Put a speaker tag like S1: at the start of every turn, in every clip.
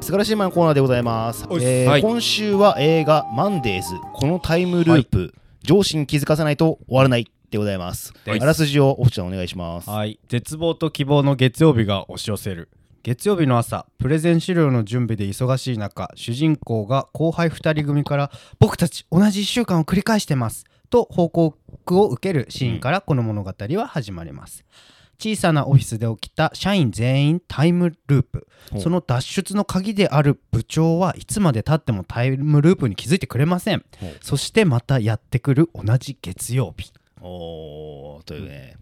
S1: 素晴らしいマンコーナーでございます、
S2: おいっす
S1: えー
S3: はい
S1: 今週は映画「マンデーズこのタイムループ、上司に気づかせないと終わらない」でございます、
S3: はい
S1: あらすじをオフちゃんお願いします
S2: はい絶望と希望の月曜日が押し寄せる月曜日の朝プレゼン資料の準備で忙しい中主人公が後輩2人組から「僕たち同じ1週間を繰り返してます」と報告を受けるシーンからこの物語は始まります、小さなオフィスで起きた社員全員タイムループ
S1: ほう
S2: その脱出の鍵である部長はいつまでたってもタイムループに気づいてくれません
S1: ほう
S2: そしてまたやってくる同じ月曜日
S1: おーというね、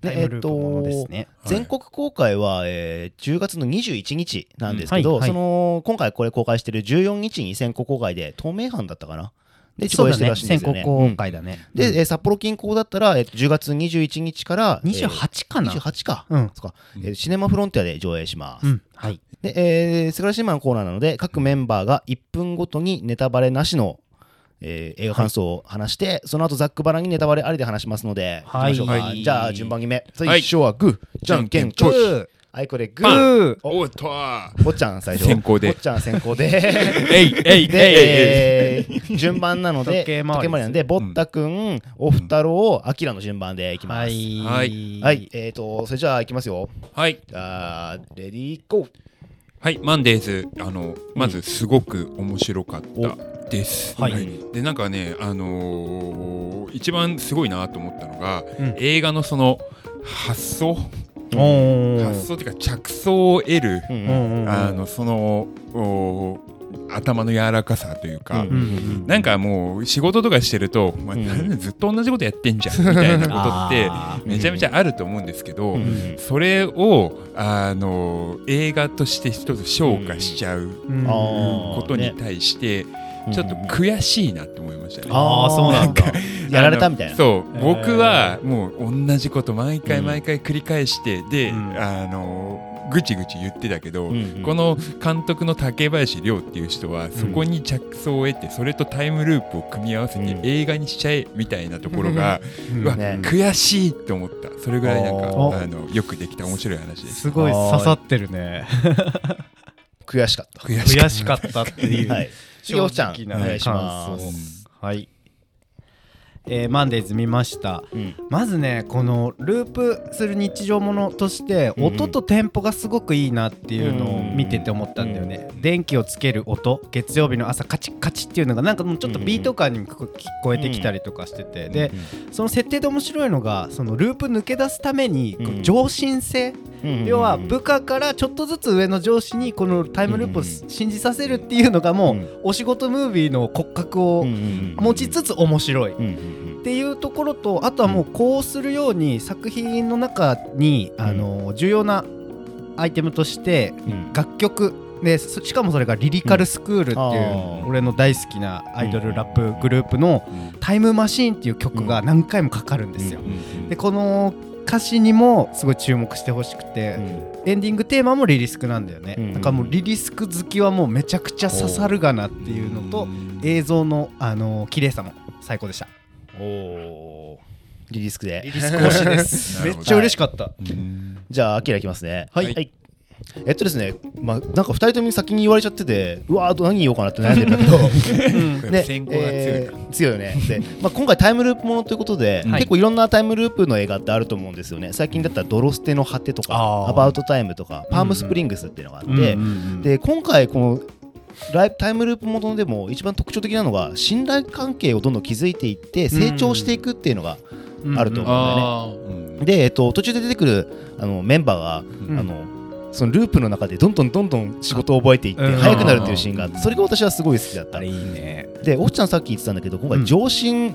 S2: タ
S1: で
S2: イムループものですね、
S1: えっと全国公開は、えー10月の21日なんですけど、
S2: うんはいはい
S1: その今回これ公開してる14日に先行公開で透明版だったかなで上映してるらしいんですよね
S2: 先行公開だね。
S1: うんで、えー札幌近郊だったら、えーと10月21日から、えー
S2: 28かな。
S1: 28か、
S2: うん
S1: そっかえーシネマフロンティアで上映します、
S2: うん、はい。
S1: で、えー、素晴らしいマンコーナーなので各メンバーが1分ごとにネタバレなしの、えー映画感想を話して、その後ざっくばらんにネタバレありで話しますので、
S2: はい
S1: 行きましょうか
S2: はい
S1: じゃあ順番決め
S3: い
S1: 最初はグー、じゃんけんチョキ
S2: ー
S1: あいこでグ
S2: グ
S1: ー
S2: ー
S3: おっとー
S1: 坊ちゃん最初
S3: 先行で
S1: 坊ちゃん先行で
S3: えい えいえいえい
S1: で、えー順番なので
S2: 時計回りです
S1: なんでぼったくんおふたろうあきらの順番でいきます、
S2: は
S1: はい
S2: い。
S3: はい
S1: えーとそれじゃあいきますよ
S3: はい
S1: じゃあレディーゴー
S3: はいマンデーズあのまずすごく面白かったです、
S2: はい
S3: でなんかねあのー一番すごいなと思ったのが、
S2: うん
S3: 映画のその発想
S2: お
S3: 発想っていうか着想を得る、
S1: うん
S3: あ
S2: あ、
S3: のそのおー頭の柔らかさというか、
S1: うん
S2: うん
S3: なんかもう仕事とかしてると、まあ
S1: うん
S3: なんでずっと同じことやってんじゃんみたいなことって
S2: あー
S3: めちゃめちゃあると思うんですけど、
S1: うん
S3: それをあの映画として一つ昇華しちゃう
S2: うん
S1: あ
S3: ことに対して、ちょっと悔しいなって思いましたね。
S2: あーそう なんだ。
S1: やられたみたいな。
S3: そう、
S2: へー
S3: 僕はもう同じこと毎回
S1: うん
S3: 毎回繰り返して、で、
S2: うん
S3: あのぐちぐち言ってたけど、
S1: うんうん
S3: この監督の竹林亮っていう人はそこに着想を得てそれとタイムループを組み合わせ
S1: う
S3: て
S1: ん
S3: 映画にしちゃえみたいなところが、
S2: うん
S3: うわ
S1: ね
S3: 悔しいと思ったそれぐらいなんか
S1: お
S2: ー
S3: あのよくできた面白い話です
S2: すごい刺さってるね。
S1: 悔しかった。
S3: 悔しか
S2: 悔
S3: っ
S2: しかったっていう。
S1: はい。次、おっちゃん、お願いしま
S2: 正直な感想
S1: す。
S2: はい。えーマンデーズ見ました。
S1: うん
S2: まずねこのループする日常ものとして
S1: うん
S2: 音とテンポがすごくいいなっていうのを見てて思ったんだよね、電気をつける音月曜日の朝カチッカチッっていうのがなんかもうちょっとビート感にも聞こえてきたりとかしてて、でその設定で面白いのがそのループ抜け出すためにこう
S1: うん
S2: 上進
S1: うん
S2: 性、要は部下からちょっとずつ上の上司にこのタイムループを信じさせるっていうのがも
S1: うん
S2: うお仕事ムービーの骨格を持ちつつ面白い
S1: うんうん
S2: っていうところとあとはもうこうするように作品の中に、
S1: うん
S2: あの重要なアイテムとして
S1: うんうん
S2: 楽曲でそしかもそれがリリカルスクールってい
S1: う
S2: う、
S1: んあー
S2: 俺の大好きなアイドルラップグループの「タイムマシーン」っていう曲が何回もかかるんですよ。でこの歌詞にもすごい注目してほしくて、エンディングテーマもリリスクなんだよね、
S1: うん
S2: なんかもうリリスク好きはもうめちゃくちゃ刺さるがなっていうのと、映像の、あの綺麗さも最高でした。
S1: おーリリースクで。
S2: リスク推しです。
S3: な
S2: め
S3: る
S2: っ
S3: ほど
S2: ちゃ嬉しかった。
S1: じゃあ、アキラいきますね。
S3: はい
S1: えっとですね、まあ、なんか二人とも先に言われちゃってて、うわーあと何言おうかなって悩んでるんだけど、
S3: ね、先行が強い
S1: え
S3: か
S1: ー強いよね。で、まあ、今回タイムループものということで、
S2: はい
S1: 結構いろんなタイムループの映画ってあると思うんですよね。最近だったら「ドロステの果て」とか
S2: あ
S1: 「
S2: ー
S1: アバウトタイム」とか「パームスプリングス」っていうのがあって、
S2: で、で、
S1: で今回このライブタイムループものでも一番特徴的なのが信頼関係をどんどん築いていって成長していくっていうのが、あると思う
S3: あーうん
S1: で、えっと、途中で出てくるあのメンバーが、
S2: うん
S1: あのそのループの中でどんどんどんどん仕事を覚えていって
S2: うん
S1: 速くなるっていうシーンがあってそれが私はすごい好きだった
S2: あれいいね。
S1: でオフちゃんさっき言ってたんだけど今
S2: うん
S1: 回上進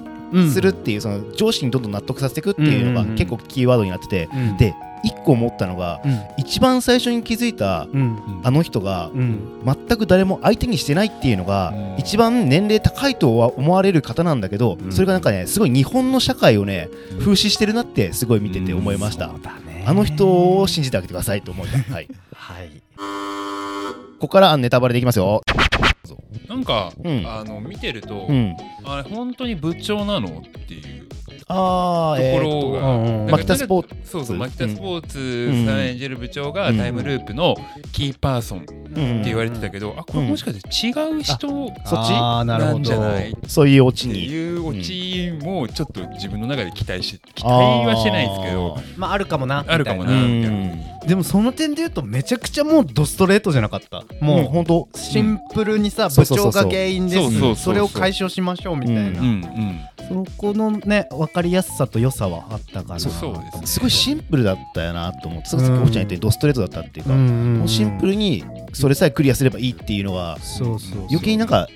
S1: するっていう、その上司にどんどん納得させていくっていうの
S2: うんうんう
S1: が
S2: ん
S1: 結構キーワードになってて、
S2: うん
S1: で1個思ったのが
S2: うん、
S1: 一番最初に気づいた
S2: うん、
S1: あの人が
S2: うん、
S1: 全く誰も相手にしてないっていうのが
S3: うん
S1: 一番年齢高いとは思われる方なんだけど
S2: うん
S1: それがなんかねすごい日本の社会をね
S3: うん
S1: 風刺してるなってすごい見てて思いました。あの人を信じてあげてくださいと思います。 はい、こ
S2: はい。
S1: こからネタバレでいきますよ。
S3: なんか、
S1: うん
S3: あの見てると、
S1: うん、
S3: あれ本当に部長なのっていう
S1: ああ、え
S3: とこ
S1: ー
S3: ろ
S1: と
S3: が、
S2: うんうん
S3: だから
S1: 牧田スポー
S3: そうそう
S1: うん
S3: 牧田スポーツさん演じる部長が
S1: うん
S3: タイムループのキーパーソンって
S1: うん
S3: 言われてたけど、あこれもしかして違う人
S1: そっち
S2: あーなるほ
S3: な
S2: ど
S3: んじゃないっ
S1: そういうオチ
S3: て
S1: に。
S3: いうオチもちょっと自分の中で期待して期待はしてないんですけど
S2: まああるかもな
S3: あるかも
S1: あー。う
S3: なみたい
S1: ん
S3: な。
S2: でもその点で言うとめちゃくちゃもうドストレートじゃなかった
S1: もう
S2: も
S1: 本当
S2: うシンプルにさ、
S1: そう
S2: 部
S1: そうそ
S2: 長
S1: うそ
S2: が
S1: う
S2: 原因で
S3: そうそうそうそう
S2: すそれを解消しましょうみたいな、
S3: うんうん
S2: そこのね分かりやすさと良さはあったかな
S3: そうそうですね
S1: すごいシンプルだったよなと思って、さっき
S2: うん
S1: おっちゃん言ってドストレートだったっていうか、
S2: う
S1: も
S2: んうんうん
S1: うシンプルにそれさえクリアすればいいっていうのが、
S2: そうそうそう
S1: 余計になんか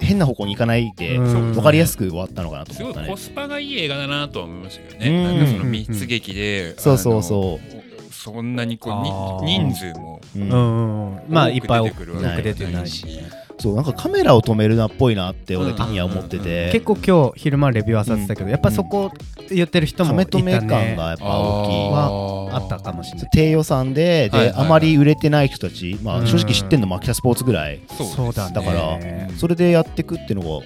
S1: 変な方向に行かないで、
S2: うん
S1: 分かりやすく終わったのかなと
S3: す
S1: 思
S3: ご
S1: っ
S3: い
S1: たね
S3: コ。スパがいい映画だなとは思いましたけど
S1: うん
S3: ね、なんかその密劇で、
S1: そうそうそう
S3: そんなにこ
S2: あ
S3: う
S2: ー
S3: に人数も
S1: う
S2: うんんうんまあいっぱい
S3: 多
S2: 多
S3: く
S2: く
S3: 出てくるわけ
S2: 出
S3: じ
S2: て
S3: ゃ
S2: ない
S3: し
S2: し
S1: そうなんかカメラを止めるなっぽいなって俺的には思ってて、
S2: 結構今日昼間レビューあさってたけど、やっぱそこ言ってる人
S1: カ
S2: も
S1: メ
S2: いた
S1: 止め
S2: ね
S1: 感がやっぱ大きい。
S2: はあったかもしれない
S1: 低予算でで、
S3: はいはいはい
S1: あまり売れてない人たち、ま
S2: うん
S1: あ、正直知ってんのマキタスポーツぐらい、
S3: そうですね
S1: だから
S2: うん
S1: それでやっていくっていうのがこ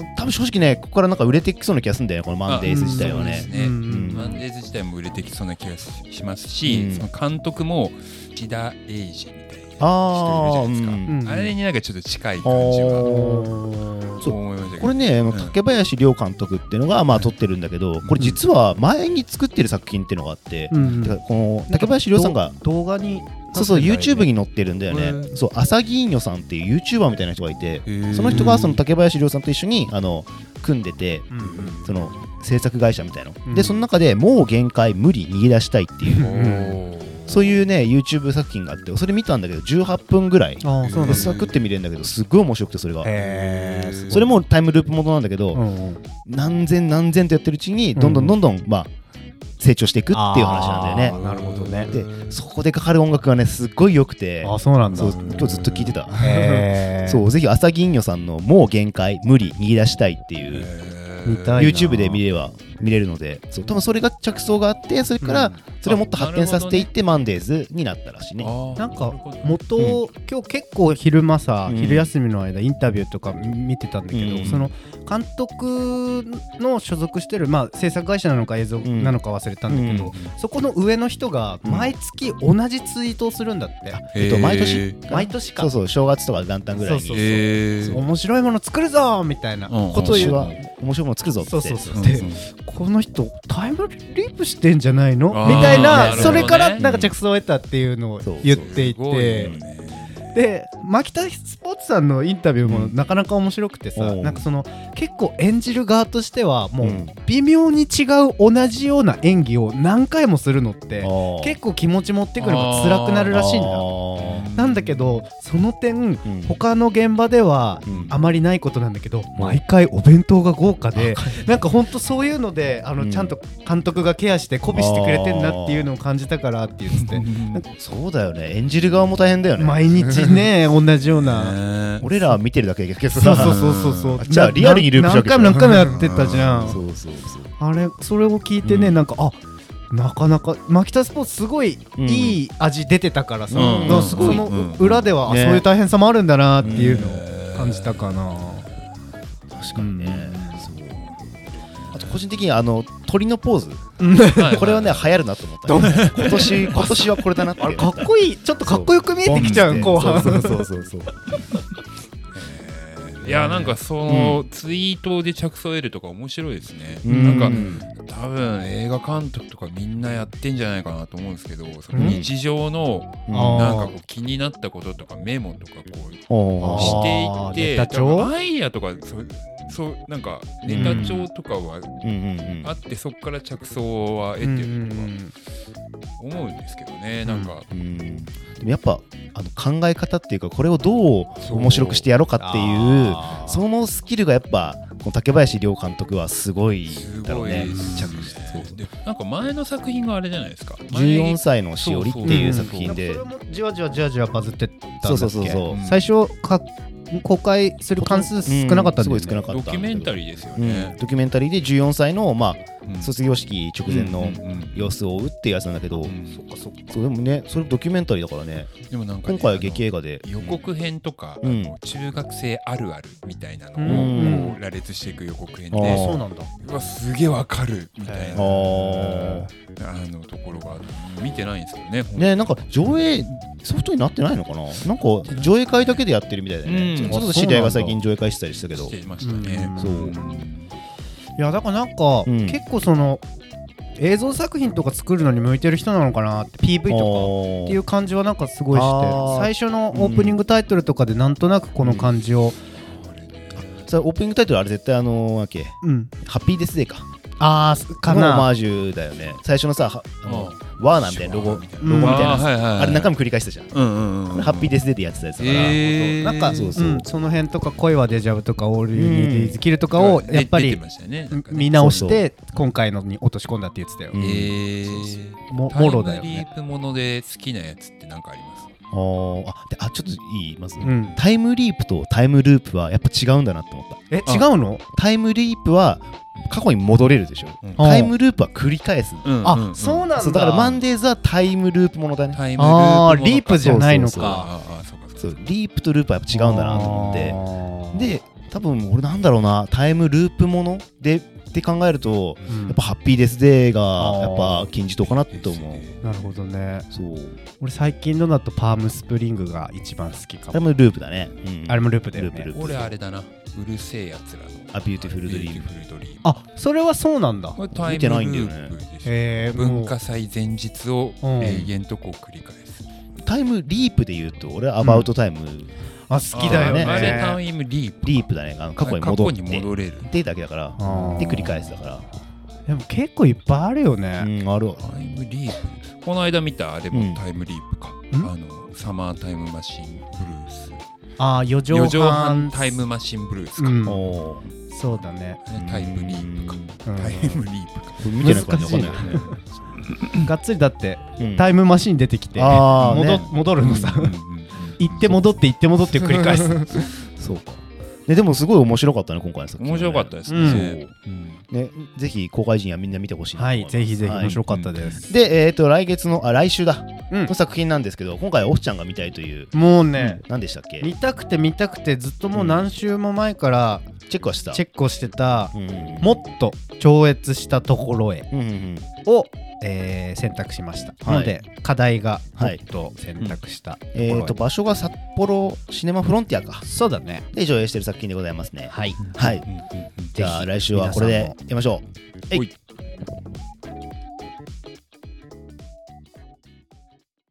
S1: れ多分正直ねここからなんか売れていきそうな気がするんだよねこのマンデーズ自体は
S3: そうで
S1: ね
S3: す。
S2: うん
S3: ね
S1: うん
S3: マンデーズ自体も売れてきそうな気がしますし、
S1: うん
S3: その監督も千田英二みたいな人いるじ
S1: ああ、
S3: ゃな
S1: う
S3: いですか、
S1: ん、
S2: うん
S3: あれになんかちょっと近い感じ
S1: あ
S2: う
S3: は
S2: ん
S1: そう
S3: 思いましたけど
S1: これね、あの
S3: うん
S1: 竹林亮監督っていうのがまあ撮ってるんだけど、これ実は前に作ってる作品っていうのがあって、
S2: うん
S1: てかこの竹林亮さんが
S2: ど動画に
S1: そうそう YouTube に載ってるんだよね、
S3: う
S1: そう朝木犬さんっていう YouTuber みたいな人がいて
S3: へー
S1: その人がその竹林亮さんと一緒にあの組んでて
S2: うんうん
S1: その制作会社みたいな、
S2: うん
S1: でその中でもう限界無理逃げ出したいっていう
S3: おー
S1: そういうね YouTube 作品があってそれ見たんだけど18分ぐらい
S2: ああそうなんだ
S1: でサクって見れるんだけどすっごい面白くてそれが
S2: へー
S1: それもタイムループものなんだけど、
S2: うんうん
S1: 何千何千とやってるうちにどんどんどんどん、まあ成長していくっていう話なんだよね
S2: なるほどね
S1: でそこでかかる音楽がねすっごい良くて
S2: あそうなんだ
S1: そう今日ずっと聴いてた
S2: へー
S1: そうぜひ朝銀魚さんの「もう限界無理逃げ出したい」っていう
S2: 見たいな
S1: YouTube で見れば見れるのでそう多分それが着想があってそれか
S2: う
S1: ら
S2: ん
S1: それをもっと発展させていって、マンデーズになったらしいね
S3: あー
S2: なん
S3: な
S2: か
S3: るほど
S2: 元を、今日結構昼間さ、
S1: うん
S2: 昼休みの間インタビューとか見てたんだけど、
S1: うん
S2: その監督の所属してる、まあ、制作会社なのか映像
S1: ん
S2: なのか忘れたんだけど、そこの上の人が
S1: うん
S2: 毎月同じツイートをするんだって、
S1: えっと毎年
S2: 毎年か
S1: そうそう正月とか元旦ぐらい
S2: そうそう
S1: に
S3: えー
S2: 面白いもの作るぞーみたいな
S3: うん
S2: ことを
S1: 私
S2: 言う、
S1: は面白いもの作るぞって
S2: そうそうそう、
S3: うん
S2: でこの人タイムリープしてんじゃないの
S3: あー
S2: みたい
S3: な
S2: な
S3: るほどね
S2: それからなんか着想を得たっていうのを
S1: そう
S2: 言っていて。
S3: すごいよね
S2: で牧田スポーツさんのインタビューも
S1: うん
S2: なかなか面白くてさ、
S1: うん
S2: なんかその結構演じる側としてはもう
S1: うん
S2: 微妙に違う同じような演技を何回もするのって
S1: 構
S2: 結構気持ち持ってくるのが辛くなるらしいんだなんだけどその点他の現場では
S1: うん
S2: あまりないことなんだけど、毎回お弁当が豪華で、 なんかほんとそういうのであの、
S1: うん
S2: ちゃんと監督がケアして鼓舞してくれてんなっていうのを感じたからって言ってて
S1: そうだよね演じる側も大変だよね
S2: 毎日 ね同じような。
S3: ね
S1: 俺らは見てるだけだけど
S2: そう
S1: さ
S2: そうそうそうそう
S1: あじゃあリアルにループしたわ
S2: 何
S1: けでし
S2: 回
S1: ょ
S2: も何回もやってたじゃん
S1: そうそうそう
S2: あれそれを聞いてね、
S1: うん
S2: なんかあなかなかマキタスポーツすごい
S1: うん
S2: いい味出てたからさ、
S1: うん
S2: だからすごい
S3: う
S2: そ
S3: ん
S2: の
S3: うん
S2: 裏では、あ
S1: ね
S2: そういう大変さもあるんだなっていうのを感じたかな、
S1: 確かにね
S2: うん
S1: そうあと個人的にあの鳥のポーズ
S3: は い
S1: これはね流行るなと思ったね今 年今年はこれだなって
S2: あれかっこいいちょっとかっこよく見えてきちゃう後半
S1: そうそうそうそう
S3: いやなんかそのツイートで着想を得るとか面白いですね、
S1: うん
S3: なんか多分映画監督とかみんなやってんじゃないかなと思うんですけどその日常の
S1: うん
S2: あー
S3: なんかこう気になったこととかメモとかこう
S1: おー
S3: していって
S2: あーネタ帳
S3: 多分アイヤとかそうそうなんかネタ帳とかは
S1: うんうんうん
S3: あってそこから着想は得てるとか思うんですけどね、なんか
S1: うんでもやっぱあの考え方っていうかこれをどう面白くしてやろうかっていうそのスキルがやっぱこの竹林亮監督はすごい
S3: す
S1: だろ
S3: ご
S1: う
S3: いで
S1: ね
S3: すね
S1: そうそう
S3: でなんか前の作品があれじゃないですか
S1: 14歳のしおりっていう作
S3: う
S1: 品で
S2: それもじわじわじわじわバズってったんだっけ
S1: そうそうそうそう
S2: 最初か公開する関数少なかったんだ
S1: う
S2: よね
S1: んすごい少なかった
S3: ドキュメンタリーですよ
S1: うん
S3: ね、
S1: ドキュメンタリーで14歳の、ま
S3: うん
S1: あ、卒業式直前の
S3: うんうん
S1: 様子を追うっていうやつなんだけど、
S3: うん
S2: そっかそっか
S1: そうでもねそれドキュメンタリーだからね
S3: でもなんかね、
S1: 今回は劇映画で
S3: あの予告編とか、
S1: うん
S3: あの中学生あるあるみたいな
S2: う
S3: のを
S2: ん
S3: こう羅列していく予告編
S1: あー
S3: で
S2: そうなんだ
S3: うわすげえわかるみたい
S1: あ
S3: な
S1: ー
S3: あのところがある見てないんですけどねほんと
S1: ねなんか上映ソフトになってないのかななんか上映会だけでやってるみたいだよね、
S3: うん
S1: ちょっと知り合いが最近上映会してたりしたけど
S3: してましたね
S2: うん
S1: そうん
S2: いやだからなんか、
S1: うん
S2: 結構その映像作品とか作るのに向いてる人なのかなって PV とか
S1: っ
S2: っていう感じはなんかすごいし
S1: あー
S2: て最初のオープニングタイトルとかでなんとなくこの感じを、
S1: それオープニングタイトルあれ絶対あのーなんだっけ
S2: うん
S1: ハッピーデスデーか
S2: ああか
S1: のオマ
S2: な
S1: ージュだよね最初のさはあの
S3: う
S1: ワーナーみたいなロゴ
S3: みたい
S2: ロ
S3: な
S2: ゴみ
S1: たいな
S3: あーはいはいはい
S1: あれ中身繰り返してたじゃん、
S3: うんうんうんうん
S1: ハッピーデスデーでやってたやつだから、
S3: えー
S2: なんか
S1: そう
S2: そ
S1: そう
S2: うん、その辺とか「恋はデジャブ」とか「オール・ユニー・デイズ」「キル」とかを
S3: で
S2: やっぱ
S3: 出
S2: り
S3: てましたね
S2: 見直して今回のに落とし込んだって言ってたよ、
S1: う
S3: え
S1: ん
S3: ー
S2: も
S3: タイ
S2: もろ
S3: ム
S2: だよ
S3: リ
S2: ね
S3: ープもので好きなやつって何かあります
S1: あーあであちょっといいまず、
S2: うん
S1: タイムリープとタイムループはやっぱ違うんだなって思った
S2: え違うの
S1: タイムリープは過去に戻れるでしょ
S3: うん
S1: タイムループは繰り返す
S2: あ、そうなんだ
S1: そうだからマンデーズはタイムループものだね
S3: タイムループものか
S2: ああーリープじゃないの
S1: そ
S2: か
S1: うそう
S3: あーあーそうかそうか
S1: そうリープとループはやっぱ違うんだなと思って
S2: 思
S1: で多分俺なんだろうなタイムループものでって考えるとやっぱハッピーデスデーが
S2: あー
S1: やっぱ金字塔かなと思う
S2: なるほどね
S1: そう
S2: 俺最近のだとパームスプリングが一番好きか
S1: タイ
S2: も
S1: ムループだね、うん
S2: あれもループだよ
S1: ループ
S2: ね
S1: ループ
S3: 俺あれだなうるせえやつらの
S1: あビューティフルドリーム
S3: ビューティフルドリーム
S2: あそれはそうなんだ
S3: これタイ
S1: 見てないん
S3: ム
S1: だよ
S3: ル
S1: ね
S3: ープでしょ
S2: へえ
S3: 文化祭前日を
S2: うん
S3: 永遠とこう繰り返す
S1: タイムリープで言うと俺はアバウトタイム、
S2: あ好きだよね
S3: あれタイムリープ
S1: リープだねあの過去に戻っ
S3: 過去
S1: て
S3: に戻れる
S1: でだけだから
S2: あー
S1: で繰り返すだか
S2: でも結構いっぱいあるよ
S1: らう
S2: ね
S1: んあるわ
S3: タイムリープこの間見たあれ
S1: うん
S3: もタイムリープか
S2: ん
S3: あのサマータイムマシンブルース
S2: あ四
S3: 四
S2: 畳
S3: 畳半
S2: 半
S3: タイムマシンブルース
S2: う
S3: か
S2: ん
S1: おー
S2: そうだね
S3: タイムリープか
S2: うん
S3: タイムリープか
S1: これ見てないからねわかんないよ
S2: がっつりだって
S1: ね
S2: タイムマシン出てきて
S1: あーね
S2: 戻戻るのさ
S3: うんうん
S2: 行って戻って行って戻って繰り返す
S1: うんそうかねでもすごい面白かったね今回の作
S3: うん
S1: 品
S3: 面
S1: はね
S3: 白かったです
S2: うん
S3: ねうん
S1: ねぜひ公開陣はみんな見てほしいなと
S2: は
S1: 思い
S2: い
S1: ます
S2: ぜひぜひ
S1: はい
S2: 面白かったです
S1: でえっと来月のあ来週だ
S2: うん
S1: の作品なんですけど今回はオフちゃんが見たいという
S2: もうね
S1: 何でしたっけ
S2: 見たくて見たくてずっともう何週も前から
S1: チェックはした
S2: チェックをしてた
S1: うん
S2: もっと超越したところへ
S1: うんうんうん
S2: を、えー選択しました、
S1: はい
S2: ので課題がも
S1: は
S2: っ
S1: い
S2: と選択したところへ、
S1: えっと場所が札幌シネマフロンティアか
S2: そうだね
S1: で上映してる作品でございますね
S2: はい
S1: はい
S3: うんうんうん
S1: じゃあ
S2: ぜひ
S1: 来週はこれで
S2: 皆さん
S1: や
S2: も
S1: りましょうえい